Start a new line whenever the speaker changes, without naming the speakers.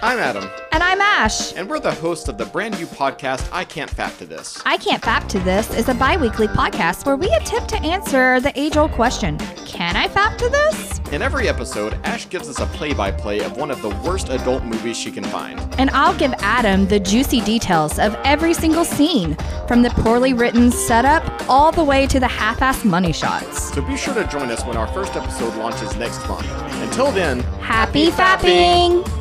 I'm Adam,
And I'm Ash.
and we're the host of the brand new podcast, I Can't Fap to This.
I Can't Fap to This is a bi weekly podcast where we attempt to answer the age old question Can I fap to this?
In every episode, Ash gives us a play by play of one of the worst adult movies she can find.
And I'll give Adam the juicy details of every single scene, from the poorly written setup all the way to the half assed money shots.
So be sure to join us when our first episode launches next month. Until then,
Happy,
Happy
fapping.